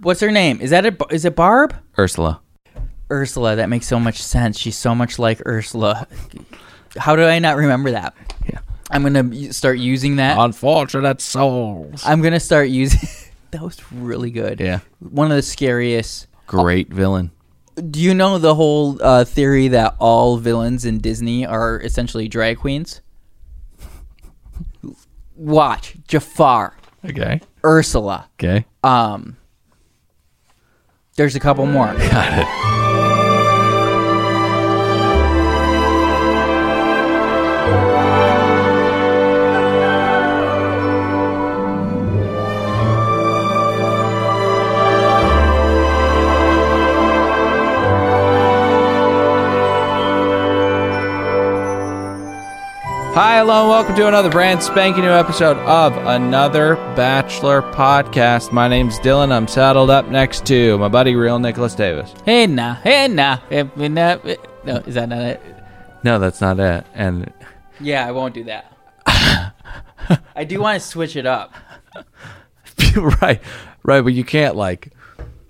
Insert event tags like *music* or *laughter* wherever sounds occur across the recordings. What's her name? Is that a, is it Barb? Ursula. Ursula. That makes so much sense. She's so much like Ursula. How do I not remember that? Yeah. I'm gonna u- start using that. *laughs* Unfortunate souls. I'm gonna start using. *laughs* that was really good. Yeah. One of the scariest. Great villain. Do you know the whole uh, theory that all villains in Disney are essentially drag *laughs* queens? Watch Jafar, Okay. Ursula. Okay. Um, there's a couple more. Got it. Hi, hello, and welcome to another brand spanking new episode of another Bachelor podcast. My name's Dylan. I'm saddled up next to my buddy, real Nicholas Davis. Hey nah, hey nah, eh, eh, nah, eh. No, is that not it? No, that's not it. And *laughs* Yeah, I won't do *laughs* that. I do want to switch it up. right, right, but you can't like,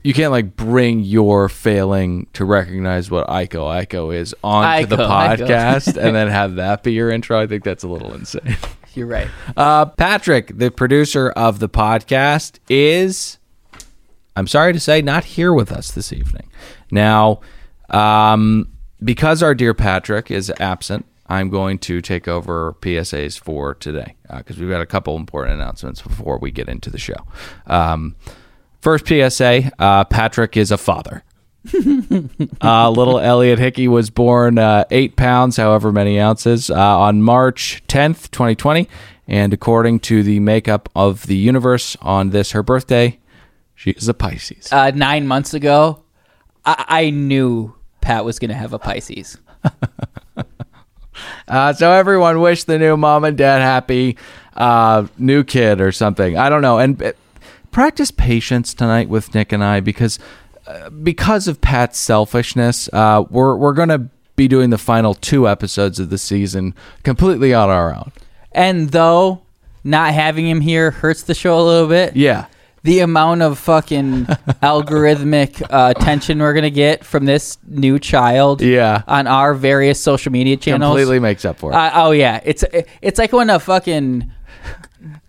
you can't like bring your failing to recognize what Ico Ico is onto the Ico, Ico. *laughs* podcast, and then have that be your intro. I think that's a little insane. You're right. Uh, Patrick, the producer of the podcast, is I'm sorry to say not here with us this evening. Now, um, because our dear Patrick is absent, I'm going to take over PSAs for today because we've got a couple important announcements before we get into the show. Um, first PSA: uh, Patrick is a father. Uh, little Elliot Hickey was born uh, eight pounds, however many ounces, uh, on March 10th, 2020. And according to the makeup of the universe on this, her birthday, she is a Pisces. Uh, nine months ago, I, I knew Pat was going to have a Pisces. Uh, so everyone wish the new mom and dad happy uh, new kid or something. I don't know. And uh, practice patience tonight with Nick and I because uh, because of Pat's selfishness, uh, we're we're gonna be doing the final two episodes of the season completely on our own. And though not having him here hurts the show a little bit, Yeah. the amount of *laughs* fucking algorithmic uh, attention we're going to get from this new child Yeah. on our various social media channels. completely makes up for it. Uh, oh, yeah. It's, it's like when a fucking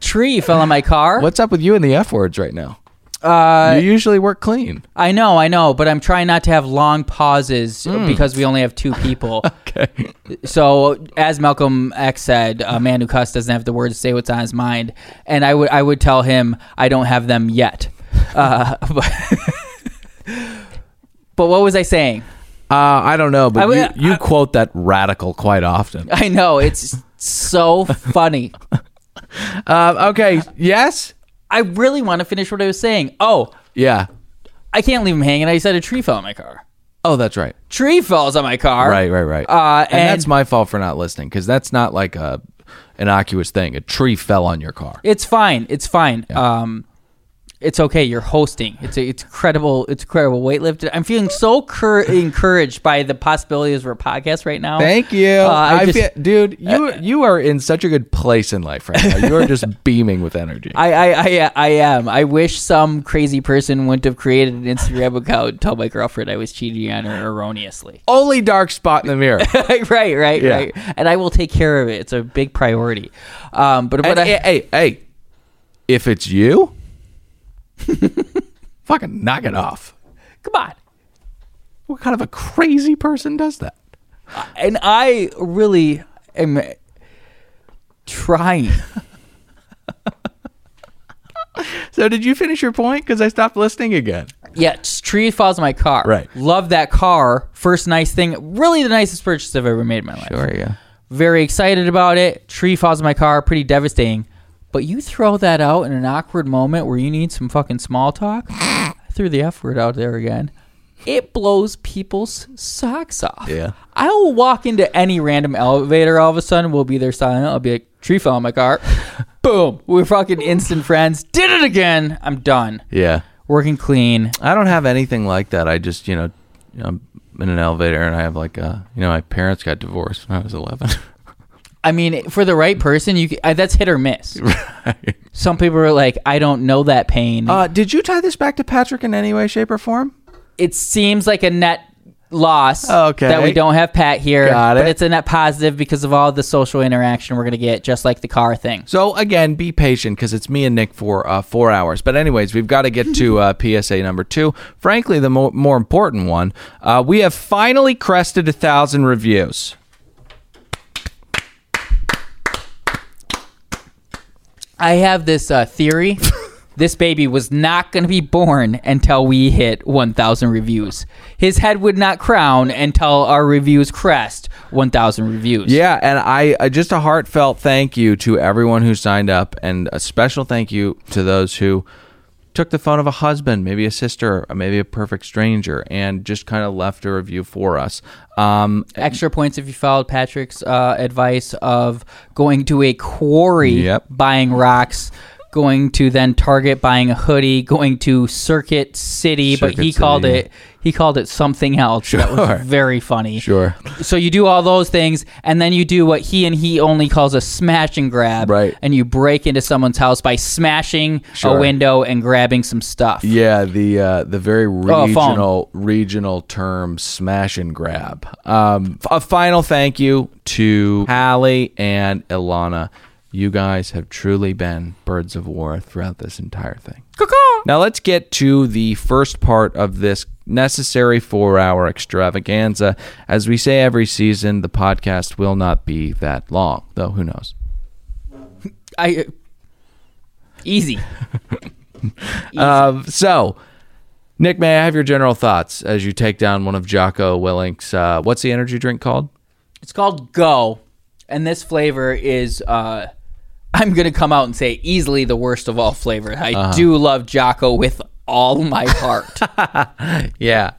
tree fell on my car. What's up with you and the F words right now? Uh, you usually work clean. I know, I know, but I'm trying not to have long pauses because we only have two people. Okay. so, as Malcolm X said, a man who cuss doesn't have the words to say what's on his mind, and I would I would tell him I don't have them yet. Uh, *laughs* but, but what was I saying? Uh, I don't know, but I would- you, you quote that radical quite often. I know it's so funny. Uh, okay. Yes. I really want to finish what I was saying. Oh, Yeah. I can't leave him hanging. I said a tree fell on my car. Oh, that's right. Tree falls on my car. Right, right, right. Uh, and, and- that's my fault for not listening because that's not like a innocuous thing. A tree fell on your car. It's fine. It's fine. Um, it's okay. You're hosting. It's a, it's credible. It's credible weightlifted. I'm feeling so cur- encouraged by the possibilities of our podcast right now. Thank you. Uh, I, I Uh, just, feel- dude, you you are in such a good place in life right now. You are just *laughs* beaming with energy. I, I, I, I am. I wish some crazy person wouldn't have created an Instagram account and told my girlfriend I was cheating on her erroneously. *laughs* Only dark spot in the *laughs* mirror. right, right, Yeah. right. And I will take care of it. It's a big priority. Um, but but And, I, hey, hey, hey, if it's you, *laughs* Fucking knock it off. Come on. What kind of a crazy person does that? And I really am trying. So did you finish your point? Because I stopped listening again. Yeah, just tree falls in my car. Right. Love that car. First nice thing. Really the nicest purchase I've ever made in my life. yeah. Very excited about it. Tree falls in my car. Pretty devastating. But you throw that out in an awkward moment where you need some fucking small talk. I threw the F word out there again. It blows people's socks off. Yeah. I will walk into any random elevator. All of a sudden, we'll be there silent. I'll be like, tree fell in my *laughs* car. Boom. We're fucking instant friends. Did it again. I'm done. Yeah. Working clean. I don't have anything like that. I just, you know, I'm in an elevator and I have like, uh, you know, my parents got divorced when I was 11. I mean, for the right person, you c- uh, that's hit or *laughs* miss. Some people are like, I don't know that pain. uh, did you tie this back to Patrick in any way, shape, or form? it seems like a net loss Okay. that we don't have Pat here, Got but it. it's a net positive because of all the social interaction we're gonna get, just like the car thing. So again, be patient because it's me and Nick for uh, four hours. But anyways, we've got to get to uh, *laughs* PSA number two. Frankly, the mo- more important one. Uh, we have finally crested a thousand reviews. I have this uh, theory. *laughs* this baby was not going to be born until we hit 1,000 reviews. His head would not crown until our reviews crest 1,000 reviews. Yeah, and I uh, just a heartfelt thank you to everyone who signed up, and a special thank you to those who took the phone of a husband, maybe a sister, or maybe a perfect stranger, and just kind of left a review for us. Um, Extra points if you followed Patrick's uh, advice of going to a quarry, Yep. buying rocks, going to then Target, buying a hoodie, going to Circuit City, but Circuit he called City. it he called it something else. That was very funny. Sure. So you do all those things, and then you do what he and he only calls a smash and grab, Right. And you break into someone's house by smashing Sure. a window and grabbing some stuff. Yeah, the uh, the very phone. regional regional term smash and grab. Um, f- a final thank you to Hallie and Ilana. You guys have truly been birds of war throughout this entire thing. Now let's get to the first part of this necessary four-hour extravaganza. As we say every season, the podcast will not be that long, though. Who knows? I easy. Um, so, Nick, may I have your general thoughts as you take down one of Jocko Willink's? Uh, what's the energy drink called? It's called Go, and this flavor is. Uh, I'm gonna come out and say easily the worst of all flavors. I do love Jocko with all my *laughs* heart. Yeah,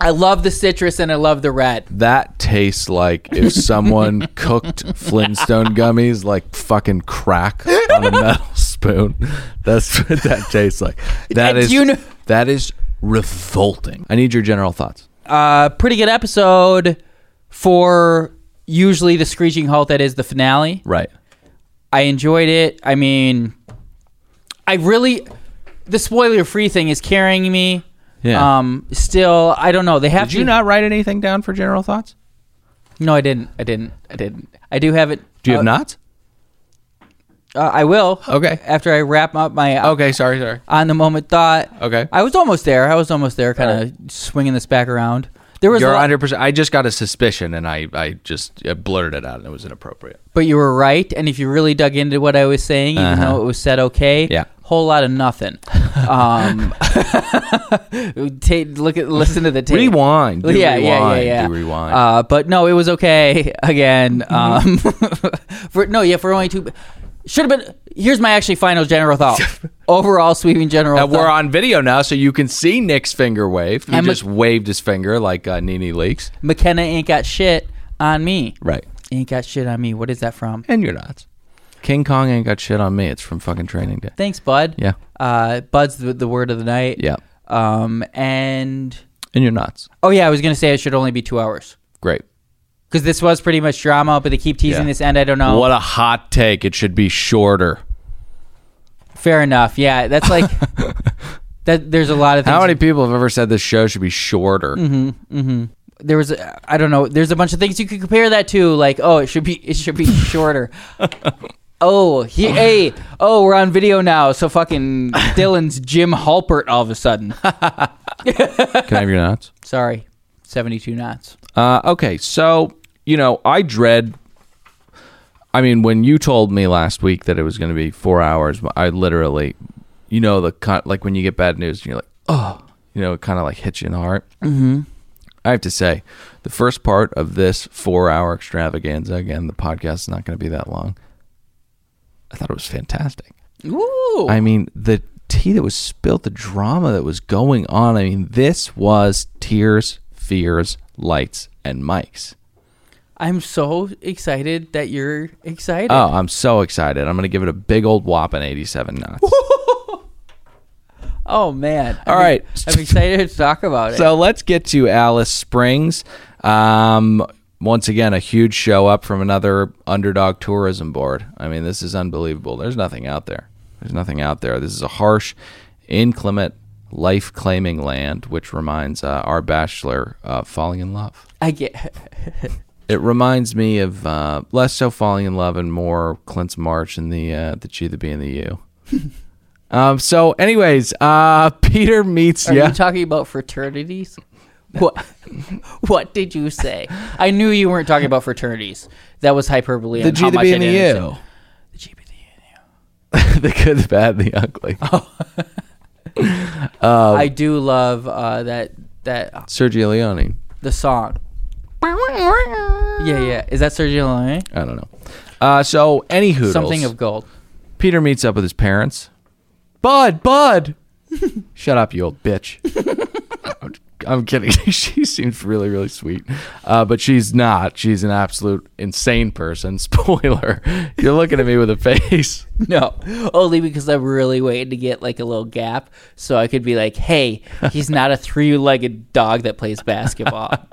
I love the citrus and I love the red. that tastes like *laughs* if someone cooked Flintstone gummies like fucking crack on *laughs* a metal spoon. That's what that tastes like. That Do is you know- that is revolting. I need your general thoughts. uh, pretty good episode for usually the screeching halt that is the finale. Right. I enjoyed it. I mean, I really the spoiler free thing is carrying me. Yeah. Um. Still, I don't know. They have Did to. you not write anything down for general thoughts? No, I didn't. I didn't. I didn't. I do have it. Do you uh, have not? Uh, I will. Okay. After I wrap up my uh, Okay. Sorry. Sorry. on the moment thought. Okay. I was almost there. I was almost there. Kind of swinging this back around. There was a You're lot- 100. percent I just got a suspicion, and I I just I blurted it out, and it was inappropriate. but you were right. And if you really dug into what I was saying, even though it was said okay, Uh-huh. Yeah. whole lot of *laughs* nothing. Um, *laughs* take, look at listen to the tape. Rewind. Do yeah, yeah, yeah, rewind. yeah. Do rewind. Uh, but no, it was okay *laughs* again. Um, Mm-hmm. *laughs* for no, yeah, for only two. Should have been. Here's my actually final general *laughs* thought. Overall, sweeping general. And thought. Uh, we're on video now, so you can see Nick's finger wave. He I'm a- just waved his finger like uh, Nene Leaks. McKenna ain't got shit on me. Right. Ain't got shit on me. What is that from? And you're not. King Kong ain't got shit on me. It's from fucking Training Day. Thanks, Bud. Yeah. Uh, Bud's the, the word of the night. Yeah. Um, and And you're nuts. oh yeah, I was gonna say it should only be two hours Great. because this was pretty much drama, but they keep teasing Yeah. this end. I don't know. What a hot take. It should be shorter. Fair enough. Yeah, that's *laughs* like that. There's a lot of things. How many people have ever said this show should be shorter? Mm-hmm. there was a- *laughs* I don't know. There's a bunch of things you could compare that to, like oh, it should be it should be shorter. Oh, he, hey, oh, we're on video now. So fucking Dylan's Jim Halpert all of a sudden. Can I have your nuts? Sorry, seventy-two knots. Uh, okay, so you know, I dread. I mean, when you told me last week that it was going to be four hours, I literally, you know, the kind like when you get bad news and you're like, oh, you know, it kind of like hits you in the heart. Mm-hmm. I have to say, the first part of this four-hour extravaganza again, the podcast is not going to be that long. I thought it was fantastic. Ooh, I mean, the tea that was spilled, the drama that was going on. I mean, this was tears, fears, lights, and mics. I'm so excited that you're excited. Oh, I'm so excited. I'm going to give it a big old whopping 87 knots. oh man! All I'm, right. I'm excited to talk about it. so let's get to Alice Springs. Um, once again, a huge show up from another underdog tourism board. I mean, this is unbelievable. There's nothing out there. There's nothing out there. This is a harsh, inclement, life claiming land, which reminds uh, our bachelor uh, falling in love. I get. It reminds me of uh, less so falling in love and more Clint's March and the uh, the G, the B, and the *laughs* U. um. So, anyways, uh, *laughs* Peter meets Are yeah. you talking about fraternities? What? *laughs* what did you say? I knew you weren't talking about fraternities. That was hyperbole. the on G, how the much B, I and the didn't U. say- The G, the B, and the U. *laughs* the good, the bad, the ugly. Oh. I do love uh, that that Sergio Leone. the song. Yeah, yeah. Is that Sergio Leone? I don't know. Uh. So, any hoodles. Something of gold. Peter meets up with his parents. *laughs* Bud, Bud, shut up, you old bitch. I'm kidding. *laughs* she seems really, really sweet, uh, but she's not. She's an absolute insane person. *laughs* Spoiler. You're looking at me with a face. No, *laughs* only because I'm really waiting to get like a little gap so I could be like, "Hey, he's not a three-legged dog that plays basketball."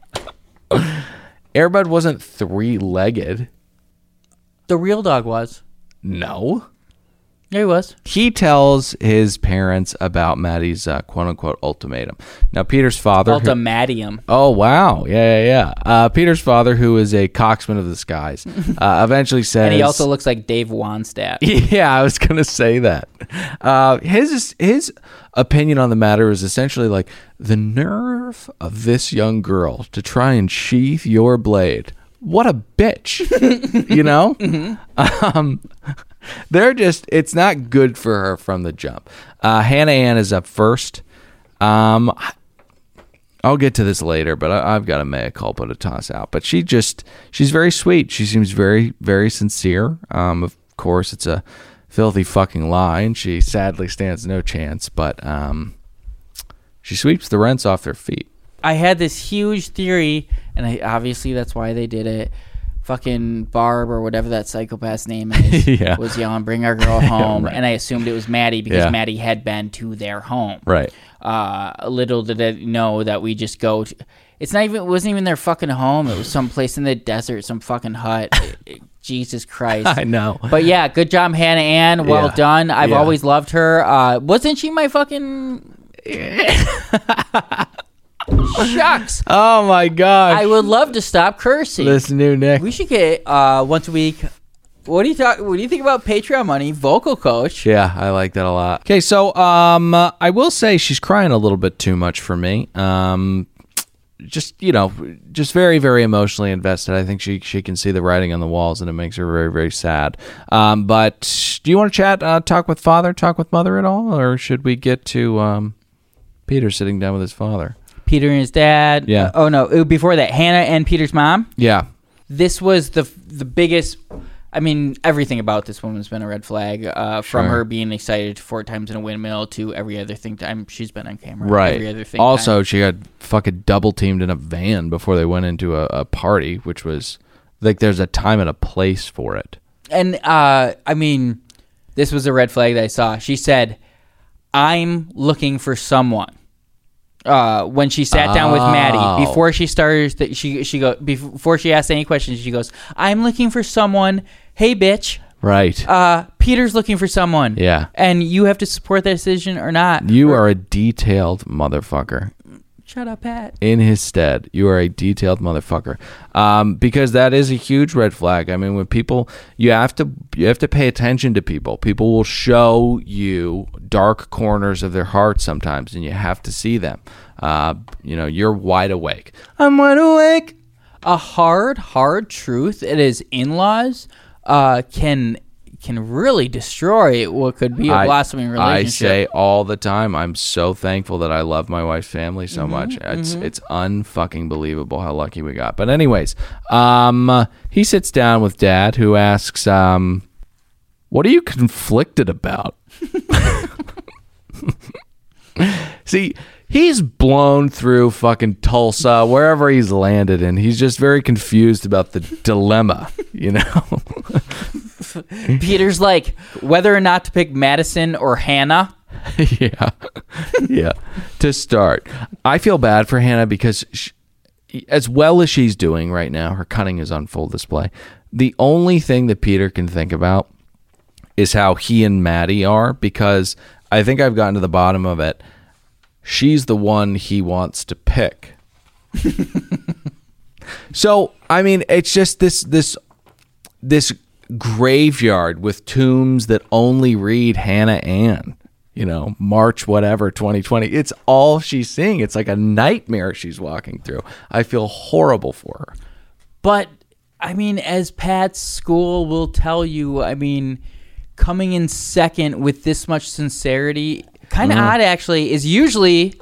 Airbud wasn't three-legged. *laughs* the real dog was. No. Yeah, he was. He tells his parents about Maddie's uh, quote-unquote ultimatum. Now, Peter's father. who- Ultimatium. Oh wow! Yeah, yeah, yeah. Uh, Peter's father, who is a coxman of *laughs* the skies, uh, eventually says, And he also looks like Dave Wanstatt. *laughs* Yeah, I was gonna say that. Uh, his his opinion on the matter is essentially like the nerve of this young girl to try and sheath your blade. What a bitch, *laughs* you know. *laughs* Um, they're just it's not good for her from the jump. Uh, Hannah Ann is up first. Um, I'll get to this later, but I, I've got a mea culpa to toss out. But she just, she's very sweet. She seems very, very sincere. Um, of course, it's a filthy fucking lie, and she sadly stands no chance. But um, she sweeps the rents off their feet. I had this huge theory, and I obviously that's why they did it. Fucking Barb or whatever that psychopath's name is *laughs* Yeah. was yelling, "Bring our *laughs* girl home," right. and I assumed it was Maddie because Yeah. Maddie had been to their home. Right. Uh, little did I know that we just go. To, it's not even. It wasn't even their fucking home. It was some place in the desert, some fucking hut. *laughs* Jesus Christ. I know. But yeah, good job, Hannah Ann. Well Yeah. done. I've Yeah. always loved her. Uh, wasn't she my *laughs* fucking? Shucks. Oh my gosh! I would love to stop cursing. this new Nick. We should get uh, once a week. What do you talk? What do you think about Patreon money? Vocal coach. Yeah, I like that a lot. Okay, so um, uh, I will say she's crying a little bit too much for me. Um, just you know, just very very emotionally invested. I think she she can see the writing on the walls, and it makes her very very sad. Um, but do you want to chat, uh, talk with father, talk with mother at all, or should we get to um, Peter sitting down with his father? Peter and his dad. Yeah. oh no! Ooh, Before that, Hannah and Peter's mom. Yeah, This was the the biggest. I mean, everything about this woman's been a red flag. Uh, from Sure. her being excited four times in a windmill to every other thing time she's been on camera. Every other right. thing. Also, time. she got fucking double teamed in a van before they went into a, a party, which was like there's a time and a place for it. and uh, I mean, this was a red flag that I saw. She said, "I'm looking for someone." Uh, when she sat down with Maddie Oh. before she started, th- she she go before she asked any questions. She goes, "I'm looking for someone." Hey, bitch. Right. Uh, Peter's looking for someone. Yeah. and you have to support that decision or not. You are a detailed motherfucker. Shut up, Pat. in his stead. You are a detailed motherfucker. Um, because that is a huge red flag. I mean, when people you have to you have to pay attention to people. People will show you dark corners of their heart sometimes, and you have to see them. Uh, you know, you're wide awake. I'm wide awake. A hard, hard truth. It is in-laws uh, can can really destroy what could be a blossoming I relationship. say all the time, I'm so thankful that I love my wife's family Mm-hmm, so much. It's it's unfucking believable how lucky we got. But anyways, um, he sits down with dad, who asks, um, "What are you conflicted about?" *laughs* See, he's blown through fucking Tulsa, wherever he's landed, and he's just very confused about the dilemma. You know. Peter's like whether or not to pick Madison or Hannah. *laughs* yeah. yeah. To start, I feel bad for Hannah because sh as well as she's doing right now, her cunning is on full display. The only thing that Peter can think about is how he and Maddie are because I think I've gotten to the bottom of it. She's the one he wants to pick. so, I mean, it's just this this this graveyard with tombs that only read Hannah Ann, you know, March whatever 2020. It's all she's seeing. It's like a nightmare she's walking through. I feel horrible for her. But I mean, as Pat's school will tell you, I mean, coming in second with this much sincerity, kind Mm. of odd actually, is usually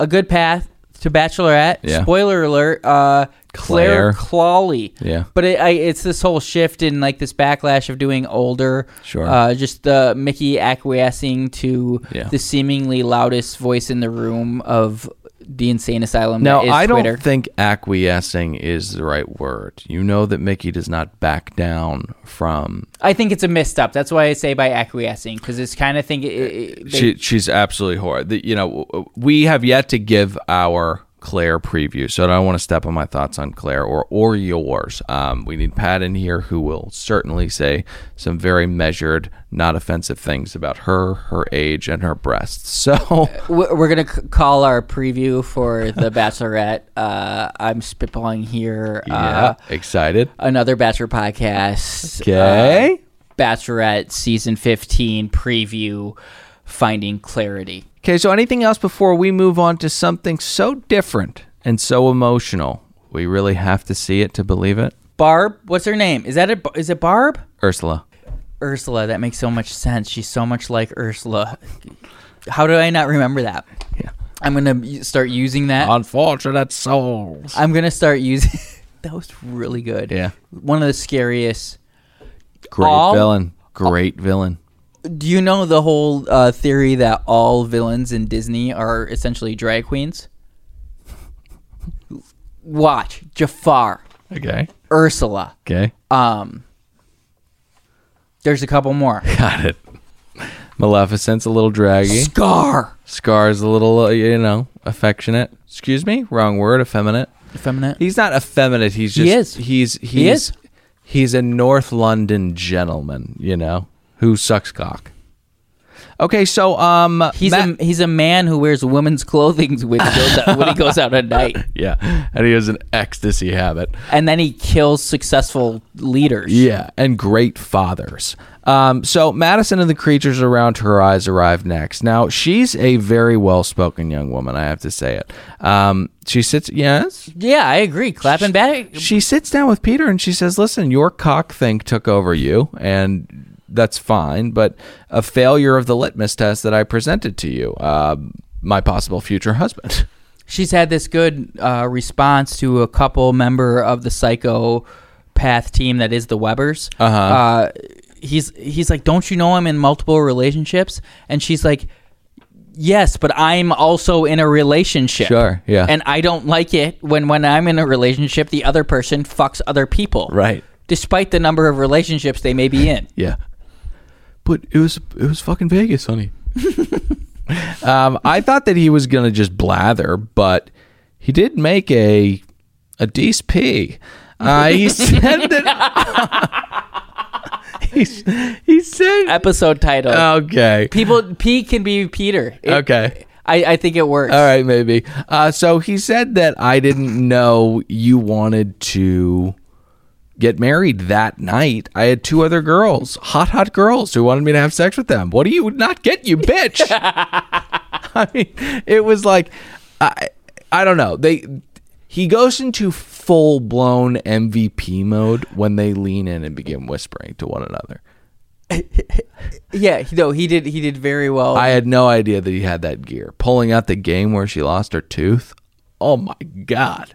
a good path to Bachelorette. Yeah. Spoiler alert: uh, Claire, Claire. Clawley. Yeah. But it, I, it's this whole shift in like this backlash of doing older. Sure. Uh, just the Mickey acquiescing to Yeah. the seemingly loudest voice in the room of the insane asylum. Now, that is I don't Twitter. think acquiescing is the right word. You know that Mickey does not back down from. I think it's a misstep. That's why I say by acquiescing because it's kind of think. It, it, they- She, she's absolutely horrible. The- You know, w- w- we have yet to give our Claire preview, so I don't want to step on my thoughts on Claire or or yours. Um, we need Pat in here, who will certainly say some very measured, not offensive things about her, her age, and her breasts. *laughs* So we're we're gonna c- call our preview for *laughs* the Bachelorette. Uh, I'm spitballing here. Uh, yeah, excited. Another Bachelor podcast. Okay. uh, Bachelorette season 15 preview. Finding clarity. Okay, so anything else before we move on to something so different and so emotional? We really have to see it to believe it. Barb, what's her name? Is that it? Is it Barb? Ursula. Ursula. That makes so much sense. She's so much like Ursula. How do I not remember that? Yeah. I'm gonna u- start using that. Unfortunate souls. I'm gonna start using. *laughs* that was really good. Yeah. One of the scariest. Great All- villain. Great villain. Do you know the whole uh, theory that all villains in Disney are essentially drag queens? *laughs* Watch Jafar, Okay. Ursula. Okay. Um, there's a couple more. Got it. Maleficent's a little draggy. Scar, Scar's a little, uh, you know, affectionate. Excuse me? Wrong word. Effeminate. effeminate. He's not effeminate. He's just. He is. He's, he's, is. He's a North London gentleman, you know, who sucks cock. Okay, so, um. He's Matt- a he's a man who wears women's clothing *laughs* when he goes out, when he goes out at night, Yeah. And he has an ecstasy habit. and then he kills successful leaders. Yeah, and great fathers. Um, so Madison and the creatures around her eyes arrive next. Now she's a very well-spoken young woman. I have to say it. Um, she sits. Yes, yeah, I agree. Clapping back, she sits down with Peter and she says, "Listen, your cock thing took over you, and that's fine. But a failure of the litmus test that I presented to you, uh, my possible future husband." she's had this good uh, response to a couple member of the psychopath team that is the Webbers. Uh-huh. He's he's like, don't you know I'm in multiple relationships? And she's like, yes, but I'm also in a relationship. Sure, yeah. And I don't like it when when I'm in a relationship, the other person fucks other people. Right. Despite the number of relationships they may be *laughs* in. Yeah. But it was it was fucking Vegas, honey. um, I thought that he was gonna just blather, but he did make a a DSP. Uh, he said that. *laughs* he, s- he said. Episode title. Okay. People P can be Peter. It- Oh. Okay. I, I think it works. All right, maybe. Uh, so he said that I didn't know you wanted to get married that night. I had two other girls, hot, hot girls, who wanted me to have sex with them. What do you not get, you bitch? *laughs* I mean, it was like, I, I don't know. They, he goes into full blown MVP mode when they lean in and begin whispering to one another. Yeah, he- no, he did. He did very well. I had no idea that he had that gear. Pulling out the game where she lost her tooth. Oh my god.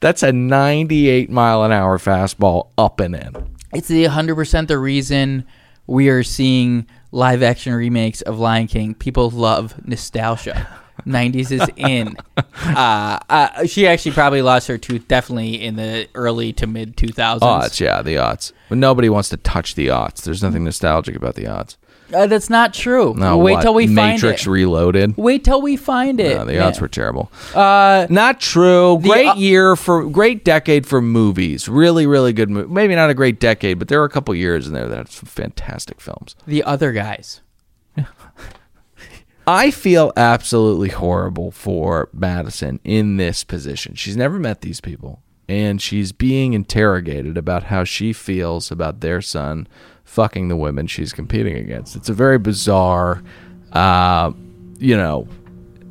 That's a 98 mile an hour fastball up and in. it's the 100% the reason we are seeing live action remakes of Lion King. People love *laughs* nostalgia. 90s is in. Uh, uh, she actually probably lost her tooth definitely in the early to mid 2000s. Odds, yeah, the odds. But nobody wants to touch the odds. There's nothing nostalgic about the odds. Uh, that's not true. No, Wait what? till we Matrix find it. Reloaded. Wait till we find it. No, the man. odds were terrible. Uh, not true. Great uh, year for great decade for movies. Really, really good movie. Maybe not a great decade, but there were a couple years in there that had some fantastic films. the other guys. I feel absolutely horrible for Madison in this position. She's never met these people, and she's being interrogated about how she feels about their son fucking the women she's competing against. It's a very bizarre, uh, you know,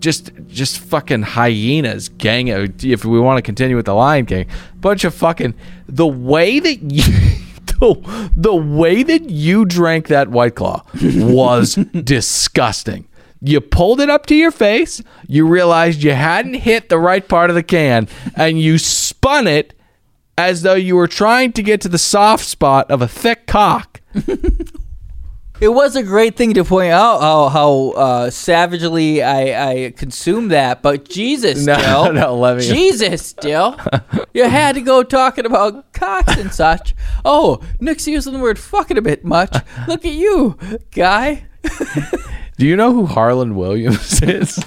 just just fucking hyenas gang. Oh, If we want to continue with the Lion King, bunch of fucking the way that *laughs* you. The, the way that you drank that white claw was disgusting. You pulled it up to your face, you realized you hadn't hit the right part of the can, and you spun it as though you were trying to get to the soft spot of a thick cock. It was a great thing to point out how, how uh, savagely I, I consumed that, but Jesus, No, still, *laughs* no, let me- Jesus, *laughs* still, you had to go talking about cocks and such. Oh, Nick's using the word "fucking" a bit much. Look at you, guy. Do you know who Harlan Williams *laughs* is?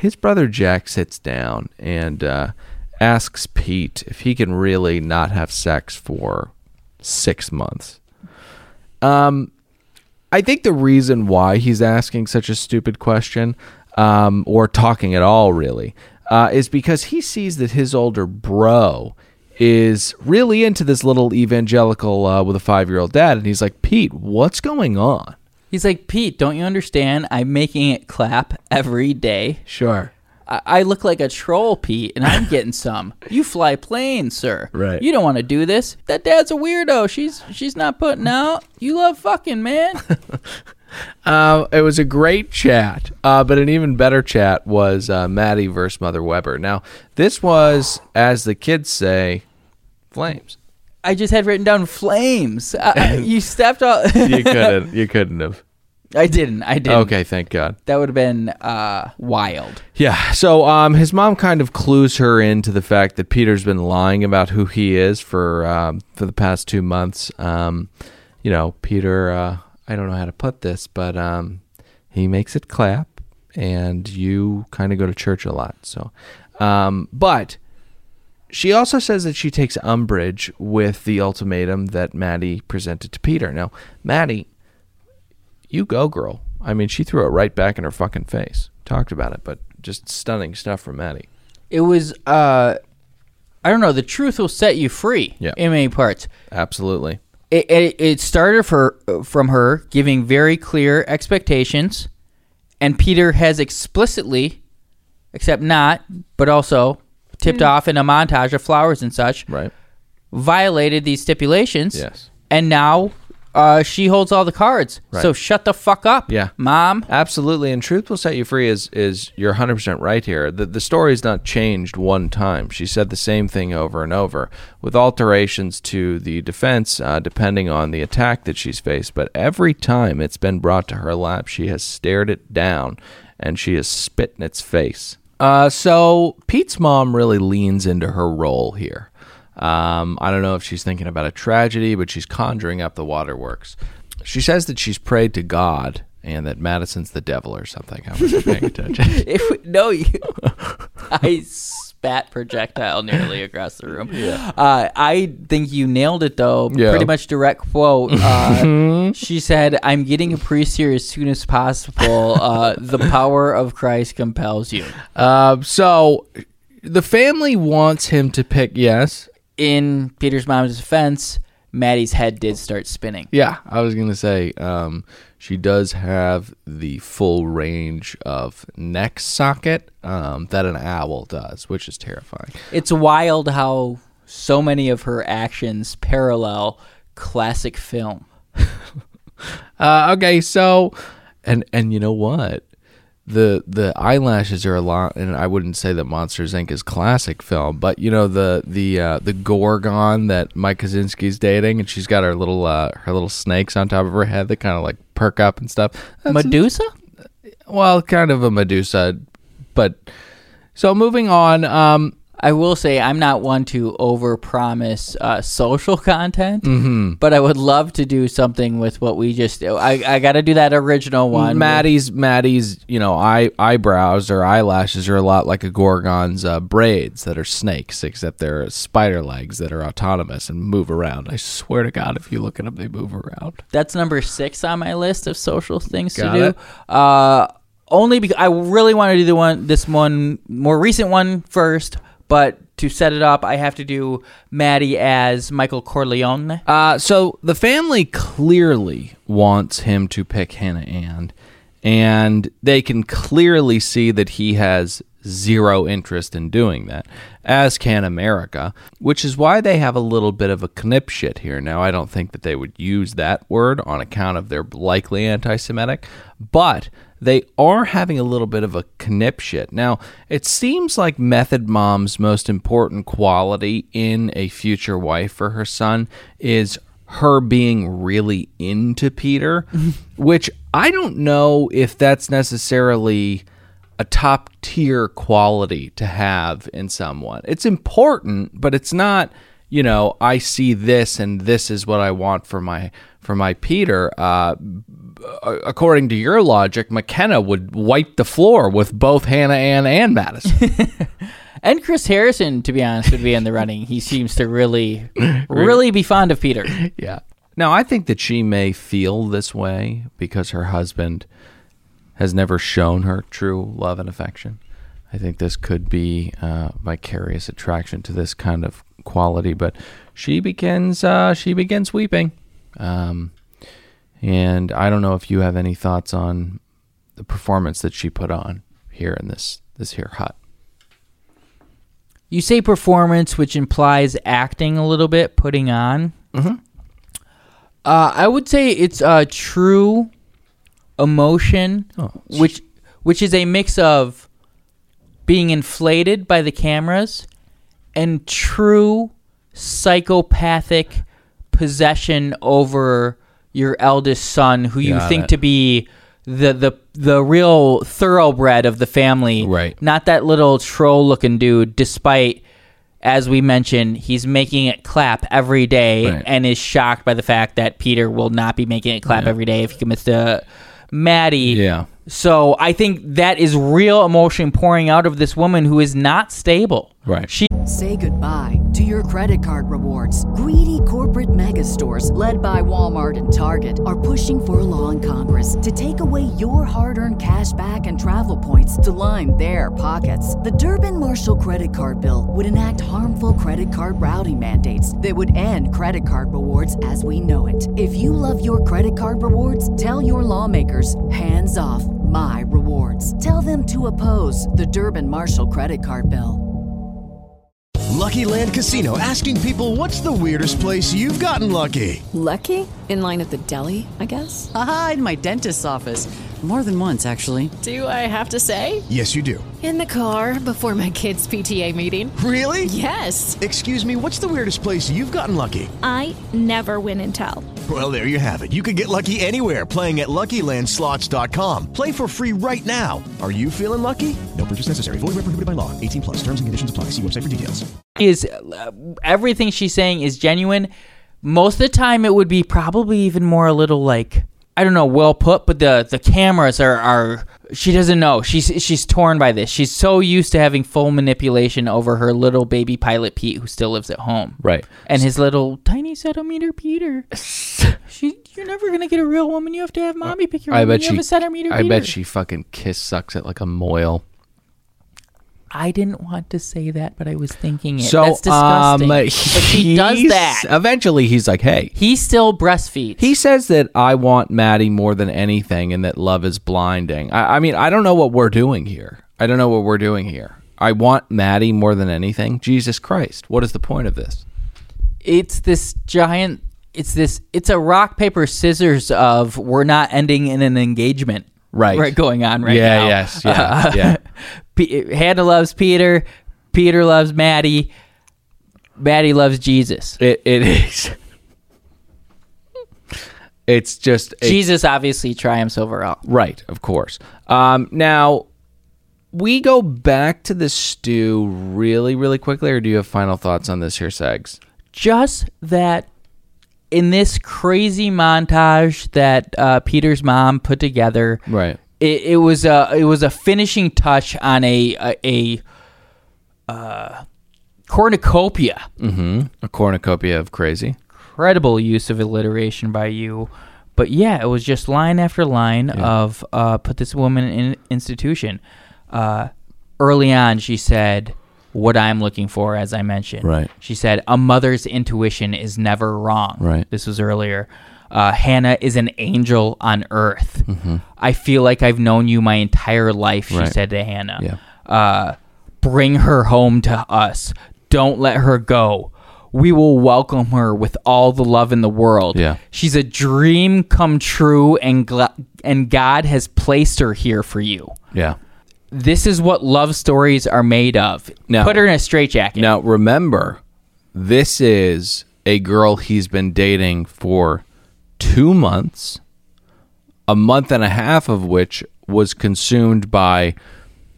His brother Jack sits down and uh, asks Pete if he can really not have sex for six months. Um, I think the reason why he's asking such a stupid question, um, or talking at all, really, uh, is because he sees that his older bro is really into this little evangelical uh, with a five year old dad. And he's like, Pete, what's going on? He's like Pete. Don't you understand? I'm making it clap every day. Sure. I, I look like a troll, Pete, and I'm *laughs* getting some. You fly planes, sir. Right. You don't want to do this. That dad's a weirdo. She's she's not putting out. You love fucking, *laughs* man. Uh, it was a great chat, uh, but an even better chat was uh, Maddie versus Mother Weber. Now, this was, as the kids say, flames. I just had written down flames. I, I- *laughs* you stepped out. You *laughs* couldn't. you couldn't have. *laughs* I didn't. I didn't. Okay, thank God. That would have been uh, wild. Yeah. So, um, his mom kind of clues her into the fact that Peter's been lying about who he is for um, for the past two months. Um, you know, Peter. Uh, I don't know how to put this, but um, he makes it clap, and you kind of go to church a lot. So, um, but. She also says that she takes umbrage with the ultimatum that Maddie presented to Peter. Now, Maddie, you go, girl. I mean, she threw it right back in her fucking face. Talked about it, but just stunning stuff from Maddie. It was. Uh, I don't know. The truth will set you free. Yeah. In many parts. Absolutely. it, it, it started for from her giving very clear expectations, and Peter has explicitly, except not, but also tipped off in a montage of flowers and such, Right. violated these stipulations. Yes. and now uh, she holds all the cards. So shut the fuck up, Yeah. mom. Absolutely. And Truth Will Set You Free is, is you're 100% right here. The, the story's not changed one time. She said the same thing over and over with alterations to the defense uh, depending on the attack that she's faced. But every time it's been brought to her lap, she has stared it down and she has spit in its face. Uh, so Pete's mom really leans into her role here. Um, I don't know if she's thinking about a tragedy, but she's conjuring up the waterworks. She says that she's prayed to God and *laughs* that *laughs* Madison's the devil or something. I wasn't paying attention. If, no, you. I s- spat projectile nearly across the room. Uh, I think you nailed it though. Yeah. Mm-hmm. Pretty much direct quote. Uh, she said, "I'm getting a priest here as soon as possible. Uh, the power of Christ compels you." Uh, so the family wants him to pick yes. In Peter's mom's defense, Maddie's head did start spinning. Yeah, I was gonna say um, she does have the full range of neck socket um, that an owl does, which is terrifying. It's wild how so many of her actions parallel classic film. Uh, okay, so and and you know what? The the eyelashes are a lot, and I wouldn't say that Monsters Inc. is classic film, but you know the the uh, the gorgon that Mike Kaczynski's dating, and she's got her little uh, her little snakes on top of her head that kind of like perk up and stuff. That's- Medusa? well, kind of a Medusa, but so moving on. Um, I will say I'm not one to overpromise uh, social content, Mm-hmm. but I would love to do something with what we just. I I got to do that original one. Maddie's Maddie's you know eye eyebrows or eyelashes are a lot like a gorgon's uh, braids that are snakes, except they're spider legs that are autonomous and move around. I swear to God, if you look at them, they move around. That's number six on my list of social things Got to it. do. Uh, only because I really want to do the one, this one, more recent one first, but to set it up, I have to do Maddie as Michael Corleone. Uh, so the family clearly wants him to pick Hannah Ann, and they can clearly see that he has zero interest in doing that, as can America, which is why they have a little bit of a knipshit here. Now, I don't think that they would use that word on account of their likely anti Semitic, but they are having a little bit of a knipshit. Now, it seems like Method Mom's most important quality in a future wife for her son is her being really into Peter, which I don't know if that's necessarily a top tier quality to have in someone. It's important, but it's not, you know, I see this and this is what I want for my for my Peter. Uh, according to your logic, McKenna would wipe the floor with both Hannah Ann and Madison. And Chris Harrison, to be honest, would be in the running. He seems to *laughs* really, really be fond of Peter. yeah. Now, I think that she may feel this way because her husband has never shown her true love and affection. I think this could be uh, vicarious attraction to this kind of quality, but she begins uh, she begins weeping. Um, and I don't know if you have any thoughts on the performance that she put on here in this this here hut. You say performance, which implies acting a little bit, putting on. Mm-hmm. Uh, I would say it's uh, true emotion, Oh, which which is a mix of being inflated by the cameras and true psychopathic possession over your eldest son, who you Got think it. to be the the the real thoroughbred of the family, Right. Not that little troll looking dude, despite. As we mentioned, he's making it clap every day Right. and is shocked by the fact that Peter will not be making it clap every day if he commits to Maddie. Yeah. So I think that is real emotion pouring out of this woman who is not stable. Right. She Say goodbye to your credit card rewards. Greedy corporate mega stores, led by Walmart and Target, are pushing for a law in Congress to take away your hard earned cash back and travel points to line their pockets. The Durbin Marshall credit card bill would enact harmful credit card routing mandates that would end credit card rewards as we know it. If you love your credit card rewards, tell your lawmakers hands off my rewards. Tell them to oppose the Durbin Marshall credit card bill. Lucky Land Casino asking people what's the weirdest place you've gotten lucky? Lucky? In line at the deli, I guess? Haha, in my dentist's office. More than once, actually. Do I have to say? Yes, you do. In the car before my kids' PTA meeting. Really? Yes. Excuse me, what's the weirdest place you've gotten lucky? I never win and tell. Well, there you have it. You can get lucky anywhere playing at LuckyLandSlots.com. Play for free right now. Are you feeling lucky? No purchase necessary. Void where prohibited by law. 18 plus. Terms and conditions apply. See website for details. is uh, everything she's saying is genuine. Most of the time, it would be probably even more a little like I don't know, well put, but the the cameras are are She doesn't know. She's she's torn by this. She's so used to having full manipulation over her little baby pilot Pete, who still lives at home, Right. And his little tiny centimeter Peter. she, you're never gonna get a real woman. You have to have mommy pick your. I woman. bet you she. Have a centimeter I Peter. bet she fucking kiss sucks it like a moil. I didn't want to say that, but I was thinking it. That's disgusting. um, but she does *laughs* he's- that. Eventually, he's like, "Hey." he still breastfeeds. He says that I want Maddie more than anything, and that love is blinding. I, I mean, I don't know what we're doing here. I don't know what we're doing here. I want Maddie more than anything. Jesus Christ, what is the point of this? it's this giant. It's this. It's a rock paper scissors of we're not ending in an engagement. Right. Right. Going on right yeah, now. yes, *laughs* yeah, yeah. P- Hannah loves Peter. Peter loves Maddie. Maddie loves Jesus. It, it is. It's just a Jesus obviously triumphs over all. Right, of course. Um, now, we go back to the stew really, really quickly, or do you have final thoughts on this here, Segs? Just that in this crazy montage that uh, Peter's mom put together, Right. it, it was a it was a finishing touch on a a, a uh, cornucopia. A cornucopia of crazy. Incredible use of alliteration by you, but yeah, it was just line after line of uh, put this woman in institution. Uh, early on, she said. What I'm looking for, as I mentioned, Right. She said, "A mother's intuition is never wrong." Right. This was earlier. Uh, Hannah is an angel on earth. I feel like I've known you my entire life. She Mm-hmm. Right. said to Hannah, Yeah. uh, "Bring her home to us. Don't let her go. We will welcome her with all the love in the world. Yeah. She's a dream come true, and gl- and God has placed her here for you." Yeah. This is what love stories are made of. Now- Put her in a straitjacket. Now, remember, this is a girl he's been dating for two months, a month and a half of which was consumed by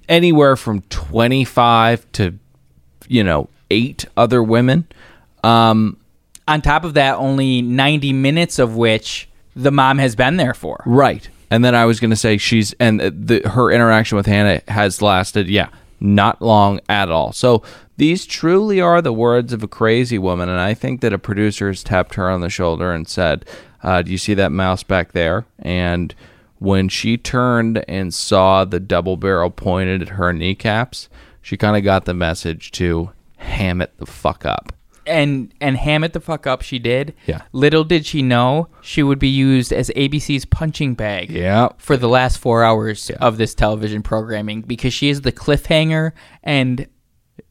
anywhere from 25 to, you know, eight other women. on top of that, only 90 minutes of which the mom has been there for. Right. And then I was going to say she's and the, her interaction with Hannah has lasted, yeah, not long at all. So these truly are the words of a crazy woman, and I think that a producer has tapped her on the shoulder and said, uh, "Do you see that mouse back there?" And when she turned and saw the double barrel pointed at her kneecaps, she kind of got the message to ham it the fuck up. And and ham it the fuck up she did. Yeah. Little did she know she would be used as ABC's punching bag. Yeah. For the last four hours of this television programming because she is the cliffhanger and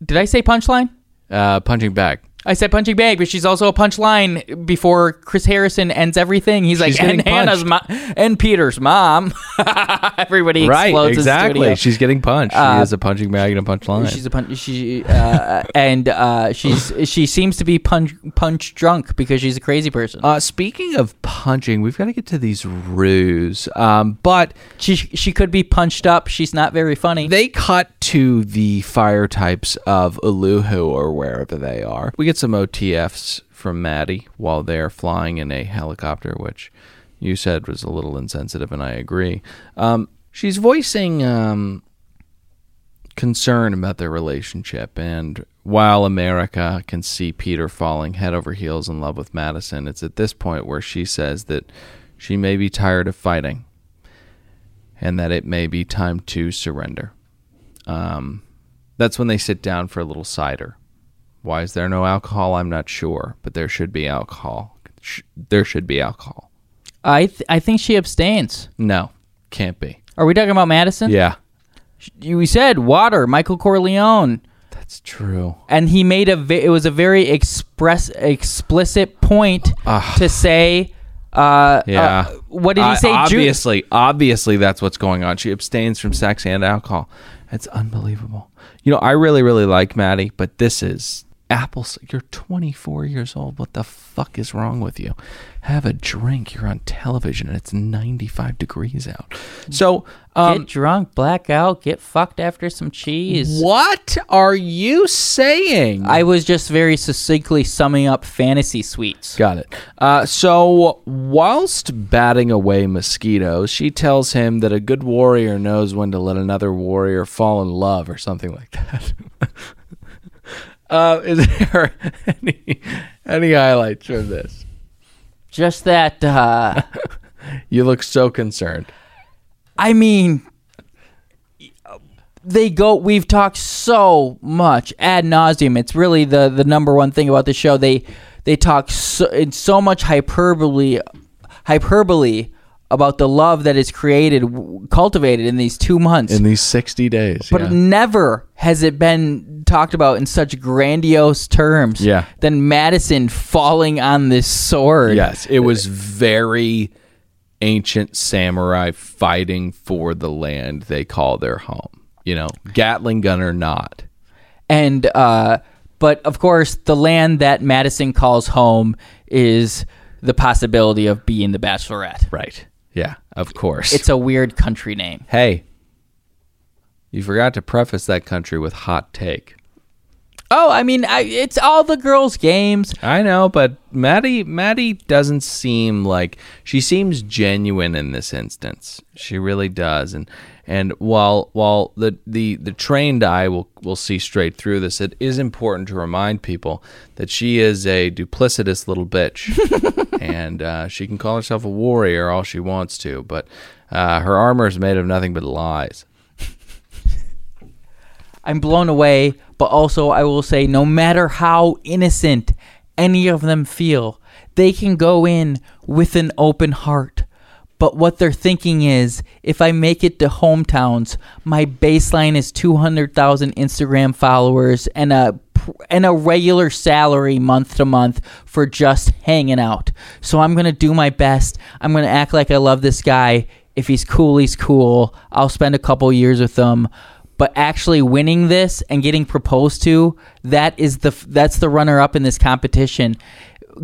did I say punchline? Uh, punching bag. I said punching bag, but she's also a punchline before Chris Harrison ends everything. He's like, She's getting and Hannah's mom, and Peter's mom. *laughs* Everybody Right, explodes in exactly. studio. Uh, She's getting punched. she is a punching bag and a punch line. She's a punch. She uh, and uh, she's she seems to be punch punch drunk because she's a crazy person. Uh, speaking of punching, we've got to get to these ruse. Um, but she she could be punched up. She's not very funny. they cut to the fire types of Uluhu or wherever they are. We get some OTFs from Maddie while they're flying in a helicopter, which you said was a little insensitive, and I agree. Um, she's voicing um, concern about their relationship. And while America can see Peter falling head over heels in love with Madison, it's at this point where she says that she may be tired of fighting and that it may be time to surrender. Um, that's when they sit down for a little cider. Why is there no alcohol? I'm not sure, but there should be alcohol. Sh- there should be alcohol. I th- I think she abstains. No, *laughs* can't be. Are we talking about Madison? Yeah, You- We said water. Michael Corleone. that's true. and he made a ve- it was a very express explicit point to say uh, Ah. Yeah. uh, what did he I- say Ju- obviously, obviously, that's what's going on. She abstains from sex and alcohol. It's unbelievable. You know, I really, really like Maddie, but this is apple c- you're 24 years old what the fuck is wrong with you have a drink you're on television and it's 95 degrees out so um, get drunk, black out, get fucked after some cheese. what are you saying I was just very succinctly summing up fantasy suites. Got it. Uh, so, whilst batting away mosquitoes, she tells him that a good warrior knows when to let another warrior fall in love or something like that. *laughs* uh, is there *laughs* any, any highlights from this? Just that. Uh, You look so concerned. I mean, they go. We've talked so much ad nauseum. It's really the the number one thing about the show. They they talk so, in so much hyperbole, hyperbole about the love that is created, w- cultivated in these two months. In these 60 days. but yeah. never has it been talked about in such grandiose terms Yeah. than Madison falling on this sword. yes, it was very ancient samurai fighting for the land they call their home. You know, Gatling gun or not. and uh, but of course the land that Madison calls home is the possibility of being the Bachelorette. Right. Yeah, of course. It's a weird country name. hey, you forgot to preface that country with hot take. Oh, I mean, I, it's all the girls' games. I know, but Maddie Maddie doesn't seem like she seems genuine in this instance. She really does. And and while while the the, the trained eye will will see straight through this, it is important to remind people that she is a duplicitous *laughs* little bitch. and uh, she can call herself a warrior all she wants to, but uh, her armor is made of nothing but lies. I'm blown away, but also I will say, no matter how innocent any of them feel, they can go in with an open heart. But what they're thinking is, if I make it to hometowns, my baseline is 200,000 Instagram followers and a and a regular salary month to month for just hanging out. So I'm going to do my best. I'm going to act like I love this guy. If he's cool, he's cool. I'll spend a couple years with him but actually winning this and getting proposed to that is the that's the runner up in this competition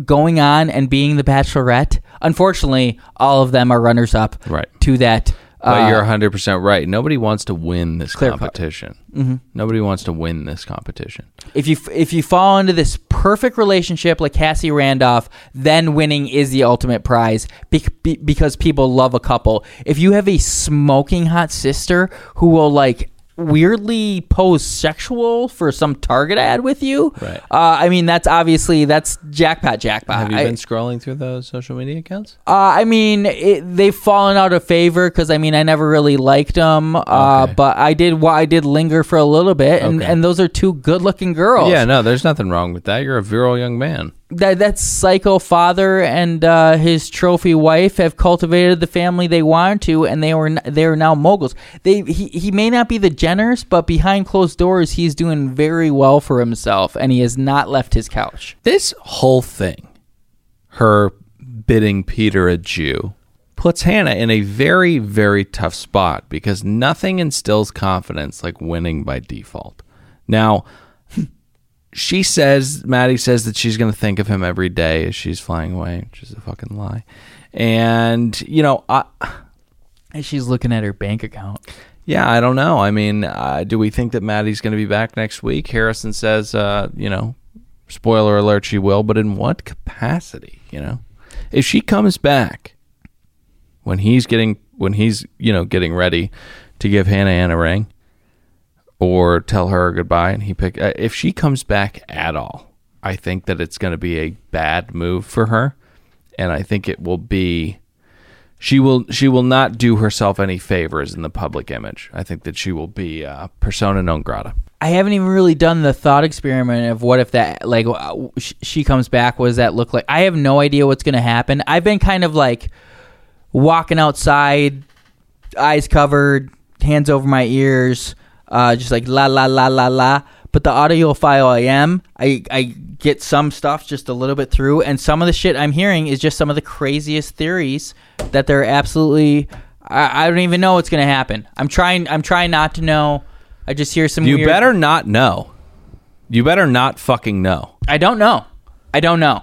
going on and being the bachelorette unfortunately all of them are runners up Right. to that But uh, you're 100% right. Nobody wants to win this Clear cut. competition. Mm-hmm. Nobody wants to win this competition. if you if you fall into this perfect relationship like Cassie Randolph, then winning is the ultimate prize bec- be- because people love a couple. If you have a smoking hot sister who will like weirdly pose sexual for some Target ad with you, Right. uh, I mean that's obviously that's jackpot jackpot. Have you I- been scrolling through those social media accounts? uh, I mean, it, they've fallen out of favor because I mean, I never really liked them, uh, but I did. Well, I did linger for a little bit, and, Okay. and those are two good-looking girls. Yeah, no, there's nothing wrong with that. You're a virile young man. that that psycho father and uh, his trophy wife have cultivated the family they wanted to, and they were n- they are now moguls. They he, he may not be the Jenners, but behind closed doors, he's doing very well for himself, and he has not left his couch. This whole thing, her bidding Peter a Jew, puts Hannah in a very, very tough spot because nothing instills confidence like winning by default. Now, *laughs* she says, Maddie says that she's going to think of him every day as she's flying away, which is a fucking lie. And, you know, I. And she's looking at her bank account. Yeah, I don't know. I mean, uh, do we think that Maddie's going to be back next week? Harrison says, uh, you know, spoiler alert, she will, but in what capacity? You know, if she comes back when he's getting when he's you know getting ready to give Hannah Ann a ring or tell her goodbye, and he pick uh, if she comes back at all, I think that it's going to be a bad move for her, and I think it will be she will she will not do herself any favors in the public image. I think that she will be uh, persona non grata. I haven't even really done the thought experiment of what if that like uh, w- sh- she comes back. What does that look like? I have no idea what's gonna happen. I've been kind of like walking outside, eyes covered, hands over my ears, uh, just like la la la la la. But the audiophile I am, I I get some stuff just a little bit through, and some of the shit I'm hearing is just some of the craziest theories that they're absolutely. I, I don't even know what's gonna happen. I'm trying. I'm trying not to know. I just hear some. You weird- better not know. You better not fucking know. I don't know. I don't know.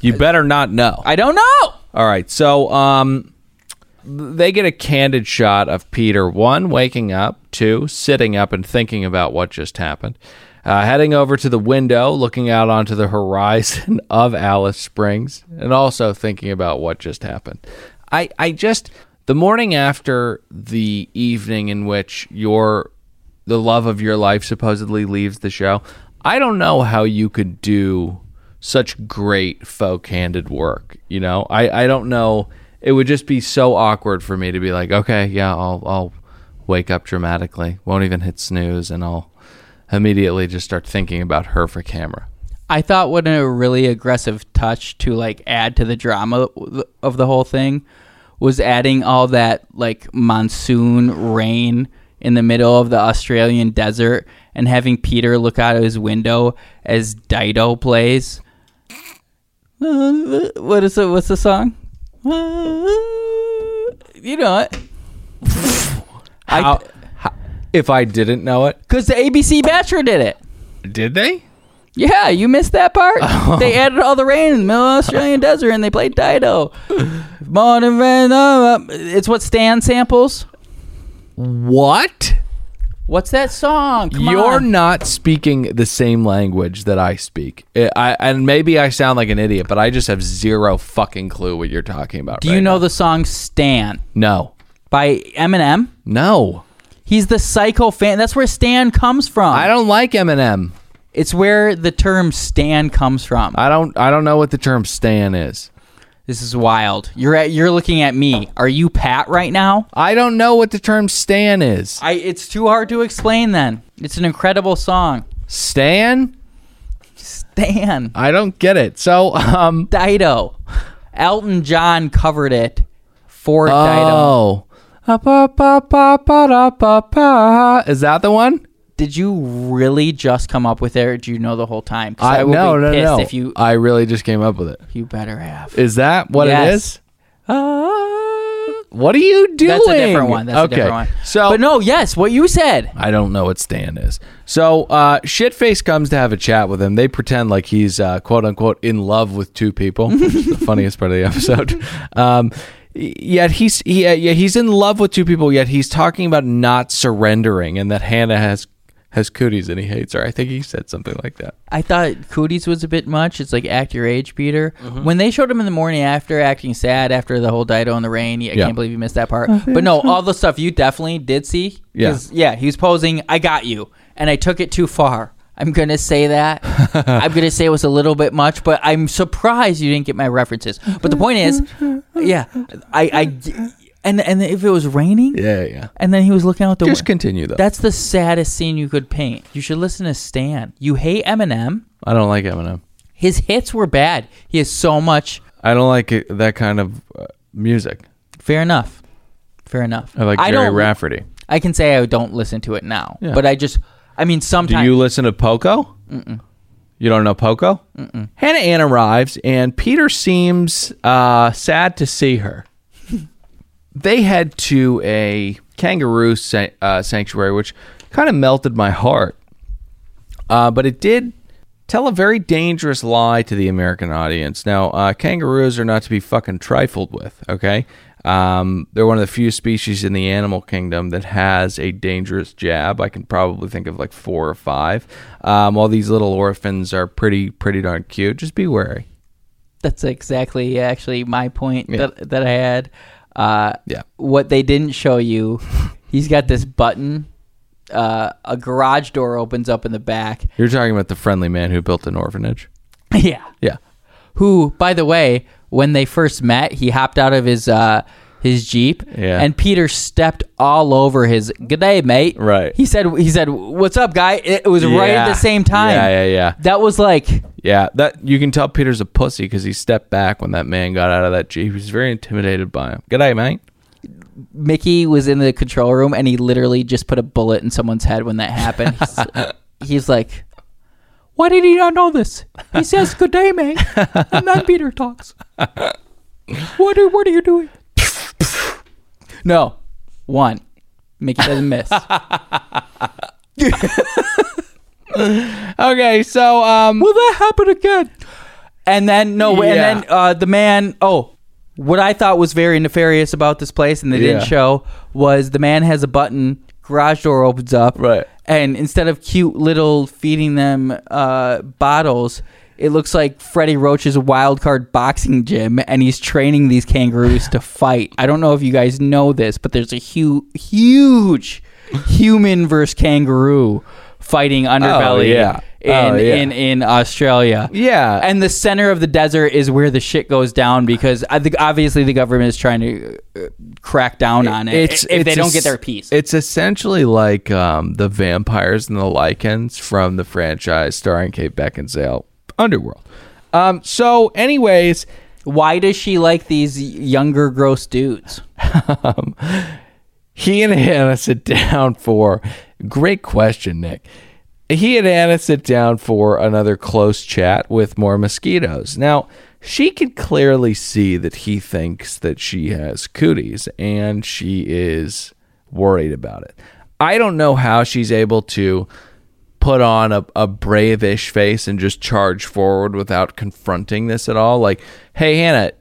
You better not know. I don't know. All right. So um they get a candid shot of Peter one waking up, two sitting up and thinking about what just happened. Uh, heading over to the window, looking out onto the horizon *laughs* of Alice Springs, and also thinking about what just happened. I, I just, the morning after the evening in which your, the love of your life supposedly leaves the show, I don't know how you could do such great faux candid work. You know, I, I don't know. It would just be so awkward for me to be like, okay, yeah, I'll I'll wake up dramatically, won't even hit snooze, and I'll immediately just start thinking about her for camera. I thought what a really aggressive touch to like add to the drama of the whole thing was adding all that like monsoon rain in the middle of the Australian desert and having Peter look out of his window as Dido plays. What is it? What's the song? You know it. How, how- if I didn't know it, Because the ABC Bachelor did it. did they? Yeah, you missed that part. *laughs* They added all the rain in the middle of the Australian desert, and they played Dido. Morning rain, uh, uh, It's what Stan samples. What? What's that song? Come You're on. not speaking the same language that I speak. I, I- and maybe I sound like an idiot, but I just have zero fucking clue what you're talking about. Do you know the song Stan No, by Eminem? no. He's the psycho fan. That's where Stan comes from. I don't like Eminem. It's where the term Stan comes from. I don't. I don't know what the term "stan" is. this is wild. You're at. You're looking at me. Are you Pat right now? I don't know what the term "stan" is. I. It's too hard to explain. Then it's an incredible song. Stan? Stan. I don't get it. So, *laughs* um, Dido. Elton John covered it for Dido. oh, Pa-pa-pa-pa-da-pa-pa. is that the one? Did you really just come up with it, or do you know the whole time? 'Cause will no, be no, pissed no. If you, I really just came up with it. you better have. Is that what it Yes. is? What are you doing? Uh, That's a different one. That's okay. a different one. So, but no, yes, what you said. I don't know what Stan is. So uh, Shitface comes to have a chat with him. They pretend like he's uh, quote unquote in love with *laughs* two people. which is the funniest part of the episode. Um, y- yet he's he, uh, yeah he's in love with two people. Yet he's talking about not surrendering and that Hannah has has cooties and he hates her. I think he said something like that. I thought cooties was a bit much. It's like act your age, Peter. When they showed him in the morning after acting sad after the whole Dido in the rain, yeah, I Yeah. can't believe you missed that part. But no, all the stuff you definitely did see. 'Cause, yeah, he was posing. I got you, and I took it too far. I'm gonna say that. *laughs* I'm gonna say it was a little bit much, but I'm surprised you didn't get my references. But the point is, yeah, I, I and and if it was raining, Yeah, yeah, yeah. and then he was looking out the Just win- continue, though. That's the saddest scene you could paint. You should listen to Stan. You hate Eminem. I don't like Eminem. His hits were bad. He has so much. I don't like it, that kind of uh, music. Fair enough. Fair enough. I like Jerry don't- Rafferty. I can say I don't listen to it now, Yeah. but I just. I mean, Do sometimes. you listen to Poco? Mm-mm. You don't know Poco? Mm-mm. Hannah Ann arrives, and Peter seems uh, sad to see *laughs* her. they head to a kangaroo san- uh, sanctuary, which kind of melted my heart. Uh, but it did tell a very dangerous lie to the American audience. Now, uh, kangaroos are not to be fucking trifled with, okay? Um, they're one of the few species in the animal kingdom that has a dangerous jab. I can probably think of like four or five. Um, while these little orphans are pretty, pretty darn cute, just be wary. That's exactly actually my point that, that I had. Uh, Yeah. What they didn't show you, *laughs* he's got this button. Uh, a garage door opens up in the back. *laughs* You're talking about the friendly man who built an orphanage. yeah. Yeah. who, by the way, when they first met, he hopped out of his uh, his jeep, Yeah. and Peter stepped all over his "Good day, mate." Right. He said, "He said, what's up, guy?" It was right at Yeah. the same time. Yeah, yeah, yeah. That was like, Yeah, that you can tell Peter's a pussy because he stepped back when that man got out of that jeep. He's very intimidated by him. Good day, mate. Mickey was in the control room, and he literally just put a bullet in someone's head when that happened. *laughs* He's, he's like. Why did he not know this? He says, "Good day, mate," and *laughs* then Peter talks. What are What are you doing? no, one. *laughs* Mickey doesn't miss. Okay, so um, Will that happen again? And then no, and Yeah. then uh, the man. Oh, what I thought was very nefarious about this place, and they Yeah. didn't show was the man has a button. Garage door opens up, Right. And instead of cute little feeding them uh, bottles, it looks like Freddie Roach's wild card boxing gym, and he's training these kangaroos to fight. I don't know if you guys know this, but there's a hu- huge human versus kangaroo fighting underbelly yeah. in Oh, yeah. in in Australia. Yeah. and the center of the desert is where the shit goes down because I think obviously the government is trying to uh, crack down on it. if they don't es- get their piece, It's essentially like um, the vampires and the lichens from the franchise starring Kate Beckinsale, Underworld. Um, so, anyways, why does she like these younger gross dudes? he and Hannah sit down for great question, Nick. He and Hannah sit down for another close chat with more mosquitoes. Now, she can clearly see that he thinks that she has cooties and she is worried about it. I don't know how she's able to put on a, a bravish face and just charge forward without confronting this at all. Like, hey, Hannah,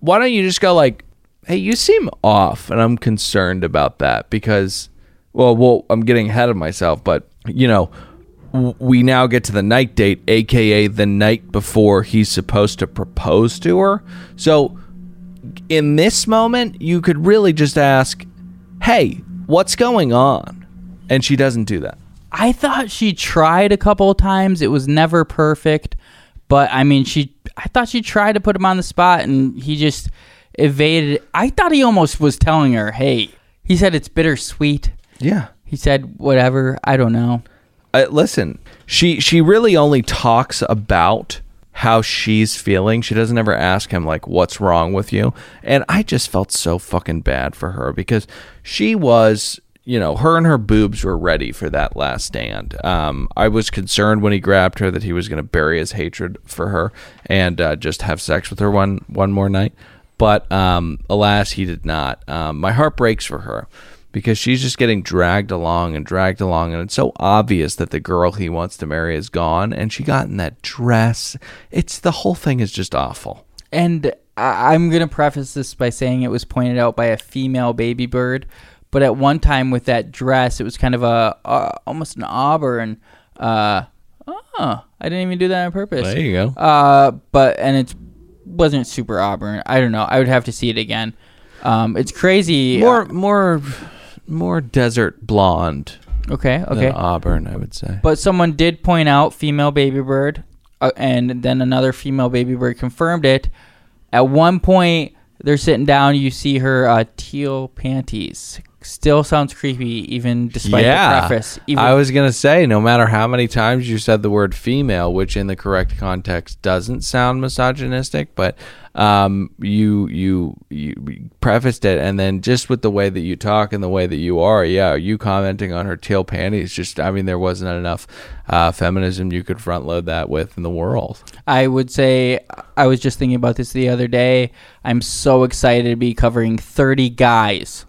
why don't you just go like hey you seem off and i'm concerned about that because well well i'm getting ahead of myself but you know w- we now get to the night date aka the night before he's supposed to propose to her so in this moment you could really just ask hey what's going on and she doesn't do that I thought she tried a couple of times. It was never perfect, but I mean, she. I thought she tried to put him on the spot, and he just evaded. I thought he almost was telling her, "Hey," he said, "It's bittersweet." yeah He said, "Whatever." I don't know. uh, listen, she she really only talks about how she's feeling. She doesn't ever ask him like what's wrong with you. And I just felt so fucking bad for her because she was, you know, her and her boobs were ready for that last stand. Um, I was concerned when he grabbed her that he was going to bury his hatred for her and uh, just have sex with her one one more night. But um, alas, he did not. Um, my heart breaks for her because she's just getting dragged along and dragged along and it's so obvious that the girl he wants to marry is gone and she got in that dress it's the whole thing is just awful And I- I'm going to preface this by saying it was pointed out by a female baby bird, but at one time with that dress, it was kind of a uh, almost an auburn. Uh, oh, I didn't even do that on purpose. There you go. Uh, but and it wasn't super auburn. I don't know. I would have to see it again. Um, it's crazy. more more more desert blonde Uh, okay, okay. than auburn i would say But someone did point out female baby bird, uh, and then another female baby bird confirmed it. At one point, they're sitting down. You see her uh, teal panties. Still sounds creepy, even despite the preface. Even, I was gonna say, no matter how many times you said the word female, which in the correct context doesn't sound misogynistic, but um, you you you prefaced it, and then just with the way that you talk and the way that you are, yeah, you commenting on her tail panties. Just, I mean, there wasn't enough uh, feminism you could front load that with in the world. I would say I was just thinking about this the other day. I'm so excited to be covering 30 guys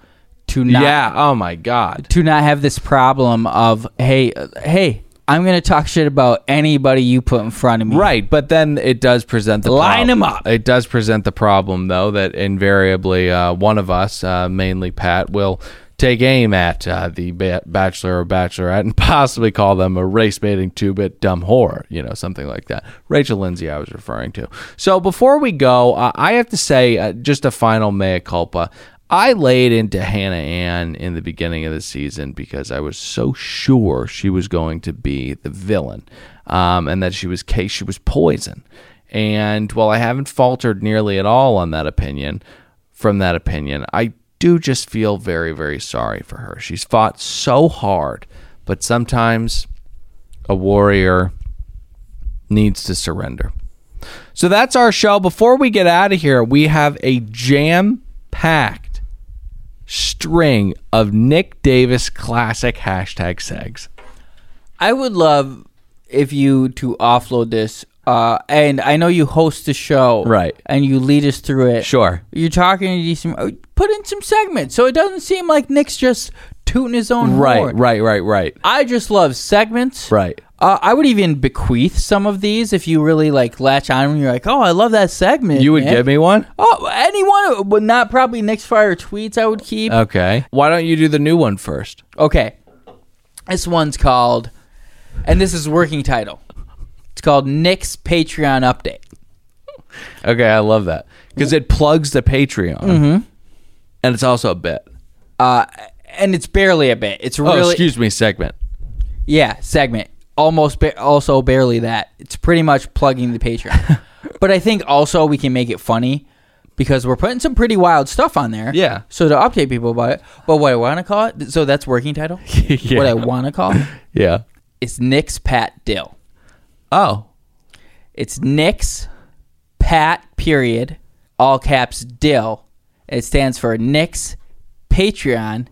to not yeah. Oh my God. to not have this problem of hey uh, hey I'm gonna talk shit about anybody you put in front of me. Right, but then it does present the Line 'em up. It does present the problem though that invariably uh, one of us, uh, mainly Pat, will take aim at uh, the ba- bachelor or bachelorette and *laughs* possibly call them a race baiting two bit dumb whore, you know, something like that. Rachel Lindsay, I was referring to. So before we go, uh, I have to say uh, just a final mea culpa. I laid into Hannah Ann in the beginning of the season because I was so sure she was going to be the villain um, and that she was case she was poison. And while I haven't faltered nearly at all on that opinion, from that opinion, I do just feel very, very sorry for her. She's fought so hard, but sometimes a warrior needs to surrender. So that's our show. Before we get out of here, we have a jam packed string of Nick Davis classic hashtag segs. I would love if you to offload this. Uh, and I know you host the show, Right. And you lead us through it. Sure. You're talking to decent. Put in some segments, so it doesn't seem like Nick's just tooting his own Right, horn. right, right, right. I just love segments. Right. Uh, I would even bequeath some of these if you really like latch on and you're like, oh, I love that segment. You would man." give me one? Oh, anyone, but not probably Nick's Fire tweets I would keep. Okay. Why don't you do the new one first? Okay. This one's called, and this is working title. It's called Nick's Patreon Update. Okay, I love that because it plugs the Patreon, and it's also a bit. And it's barely a bit. It's Oh, really. excuse me, segment. Yeah, segment. Almost, ba- also barely that. It's pretty much plugging the *laughs* Patreon. but I think also we can make it funny because we're putting some pretty wild stuff on there. Yeah. So to update people about it. But what I want to call it, so that's working title. *laughs* Yeah. What I want to *laughs* call it Yeah. is Nick's Pat Dill. Oh, It's Nick's Pat period all caps Dill. It stands for Nick's Patreon.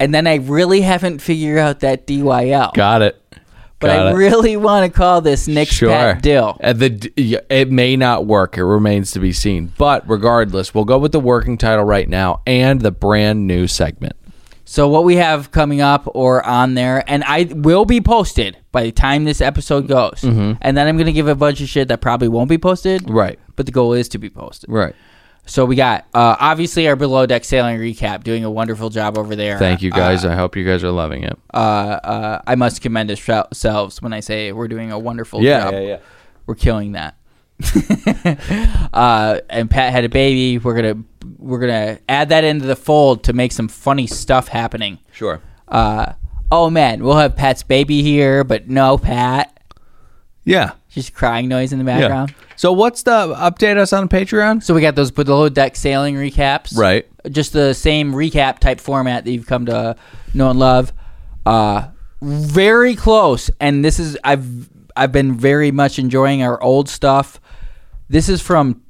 And then I really haven't figured out that DYL. got it. But Got I it. really want to call this Nick's Pat Dill. Uh, the d- y- it may not work. It remains to be seen. But regardless, we'll go with the working title right now and the brand new segment. So what we have coming up or on there, and I will be posted by the time this episode goes, and then I'm gonna give a bunch of shit that probably won't be posted. Mm-hmm. Right. But the goal is to be posted. Right. So we got uh, obviously our below deck sailing recap, doing a wonderful job over there. Thank you guys. I hope you guys are loving it. Uh, I must commend ourselves when I say we're doing a wonderful Yeah, job. yeah, yeah. We're killing that. *laughs* uh, and Pat had a baby. We're gonna we're gonna add that into the fold to make some funny stuff happening. sure. uh, oh man, we'll have Pat's baby here, but no Pat. Yeah. Just crying noise in the Yeah. background. So what's the update us on Patreon? So we got those below deck sailing recaps. Right. Just the same recap type format that you've come to know and love. Uh, very close. And this is I've I've been very much enjoying our old stuff. This is from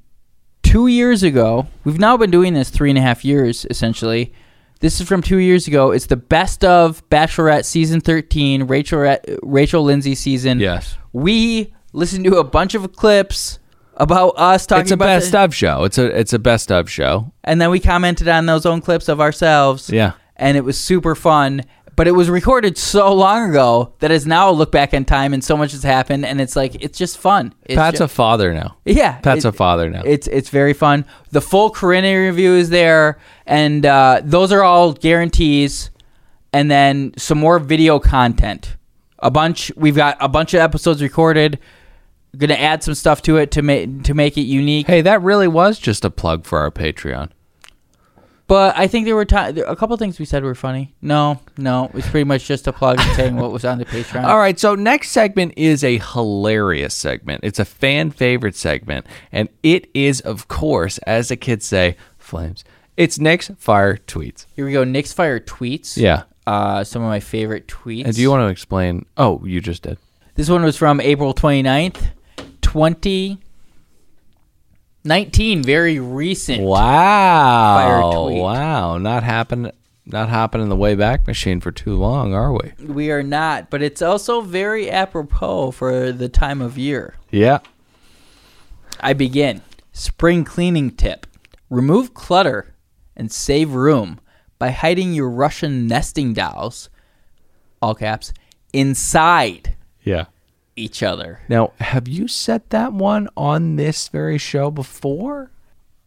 two years ago. We've now been doing this three and a half years essentially. This is from two years ago. It's the best of Bachelorette season thirteen, Rachel Ra- Rachel Lindsay season. Yes. we listened to a bunch of clips about us talking It's a about best the- of show. It's a it's a best of show. and then we commented on those own clips of ourselves. Yeah. And it was super fun. But it was recorded so long ago that it's now a look back in time and so much has happened and it's like it's just fun. It's Pat's ju- a father now. yeah. Pat's it- a father now. It's it's very fun. The full Corinna review is there, and uh, those are all guarantees. And then some more video content. A bunch. We've got a bunch of episodes recorded. Gonna add some stuff to it to make to make it unique. hey, that really was just a plug for our Patreon. But I think there were ti there- a couple things we said were funny. No, no, it's pretty much just a plug and saying what was on the Patreon. *laughs* All right, so next segment is a hilarious segment. It's a fan favorite segment, and it is, of course, as the kids say, flames. It's Nick's fire tweets. here we go. Nick's fire tweets. Yeah. uh, some of my favorite tweets. And do you want to explain? Oh, you just did. This one was from April 29th, 2019. Very recent. Wow. Fire tweet. Wow. Not happen. Not hopping in the way back machine for too long, are we? We are not, but it's also very apropos for the time of year. Yeah. I begin. Spring cleaning tip remove clutter and save room by hiding your Russian nesting dolls, all caps, inside Yeah. each other. Now, have you said that one on this very show before?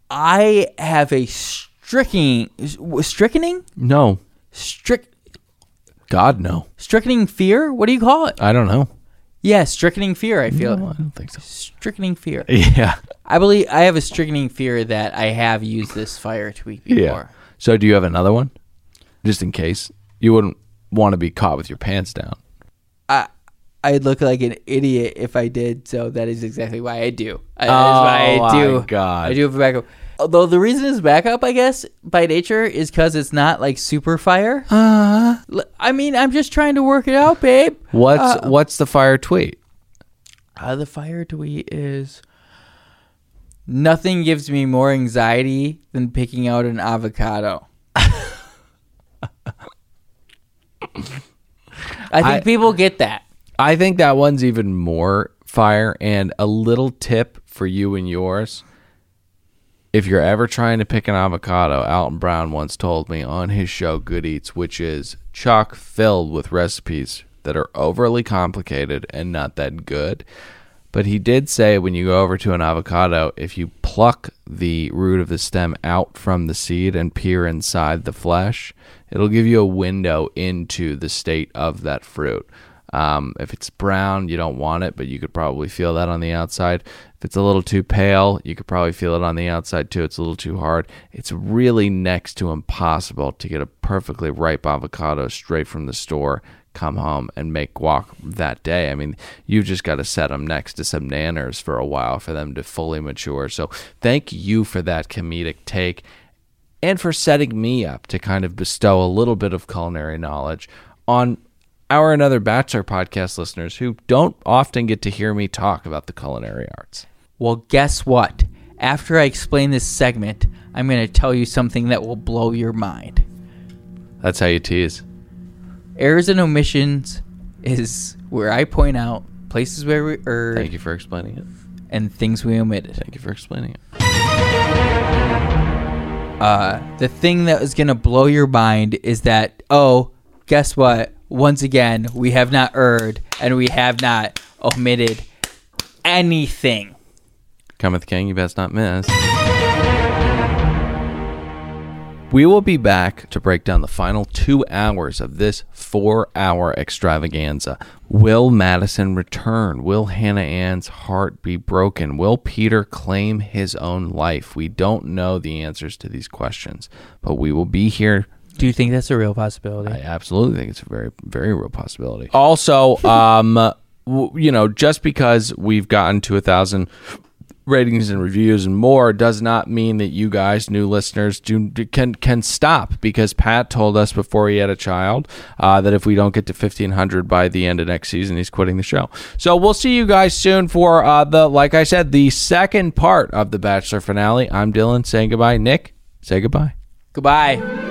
I have a stricken, strickening, No. strict, God, no. strickening fear. What do you call it? I don't know. Yeah, strickening fear. I feel I don't think so. strickening fear. Yeah. I believe I have a strickening fear that I have used this fire tweet before. So do you have another one? Just in case. You wouldn't want to be caught with your pants down. I'd look like an idiot if I did. So that is exactly why I do. I, Oh, that's why I do. my God. I do have a backup. Although the reason is backup, I guess by nature is because it's not like super fire. Uh, I mean, I'm just trying to work it out, babe. What's what's the fire tweet? Uh, the fire tweet is nothing gives me more anxiety than picking out an *laughs* avocado. I think I- people get that. I think that one's even more fire and a little tip for you and yours. If you're ever trying to pick an avocado, Alton Brown once told me on his show Good Eats, which is chock filled with recipes that are overly complicated and not that good. But he did say when you go over to an avocado, if you pluck the root of the stem out from the seed and peer inside the flesh, it'll give you a window into the state of that fruit. Um, if it's brown, you don't want it, but you could probably feel that on the outside. If it's a little too pale, you could probably feel it on the outside too. It's a little too hard. It's really next to impossible to get a perfectly ripe avocado straight from the store, come home, and make guac that day. I mean, you just got to set them next to some nanners for a while for them to fully mature. So, thank you for that comedic take and for setting me up to kind of bestow a little bit of culinary knowledge on our and other Bachelor podcast listeners who don't often get to hear me talk about the culinary arts. Well, guess what? After I explain this segment, I'm going to tell you something that will blow your mind. That's how you tease. Errors and omissions is where I point out places where we Thank erred you for explaining it. and things we omitted. Thank you for explaining it. The thing that is going to blow your mind is that, oh, guess what? Once again, we have not erred and we have not omitted anything. Cometh King, you best not miss. We will be back to break down the final two hours of this four hour extravaganza. Will Madison return? Will Hannah Ann's heart be broken? Will Peter claim his own life? We don't know the answers to these questions, but we will be here Do you think that's a real possibility? I absolutely think it's a very, very real possibility. Also, um, w- you know, just because we've gotten to a thousand ratings and reviews and more does not mean that you guys, new listeners, do can can stop because Pat told us before he had a child uh, that if we don't get to fifteen hundred by the end of next season, he's quitting the show. So we'll see you guys soon for uh, the, like I said, the second part of the Bachelor finale. I'm Dylan saying goodbye. Nick, say goodbye. Goodbye.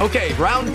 Okay, round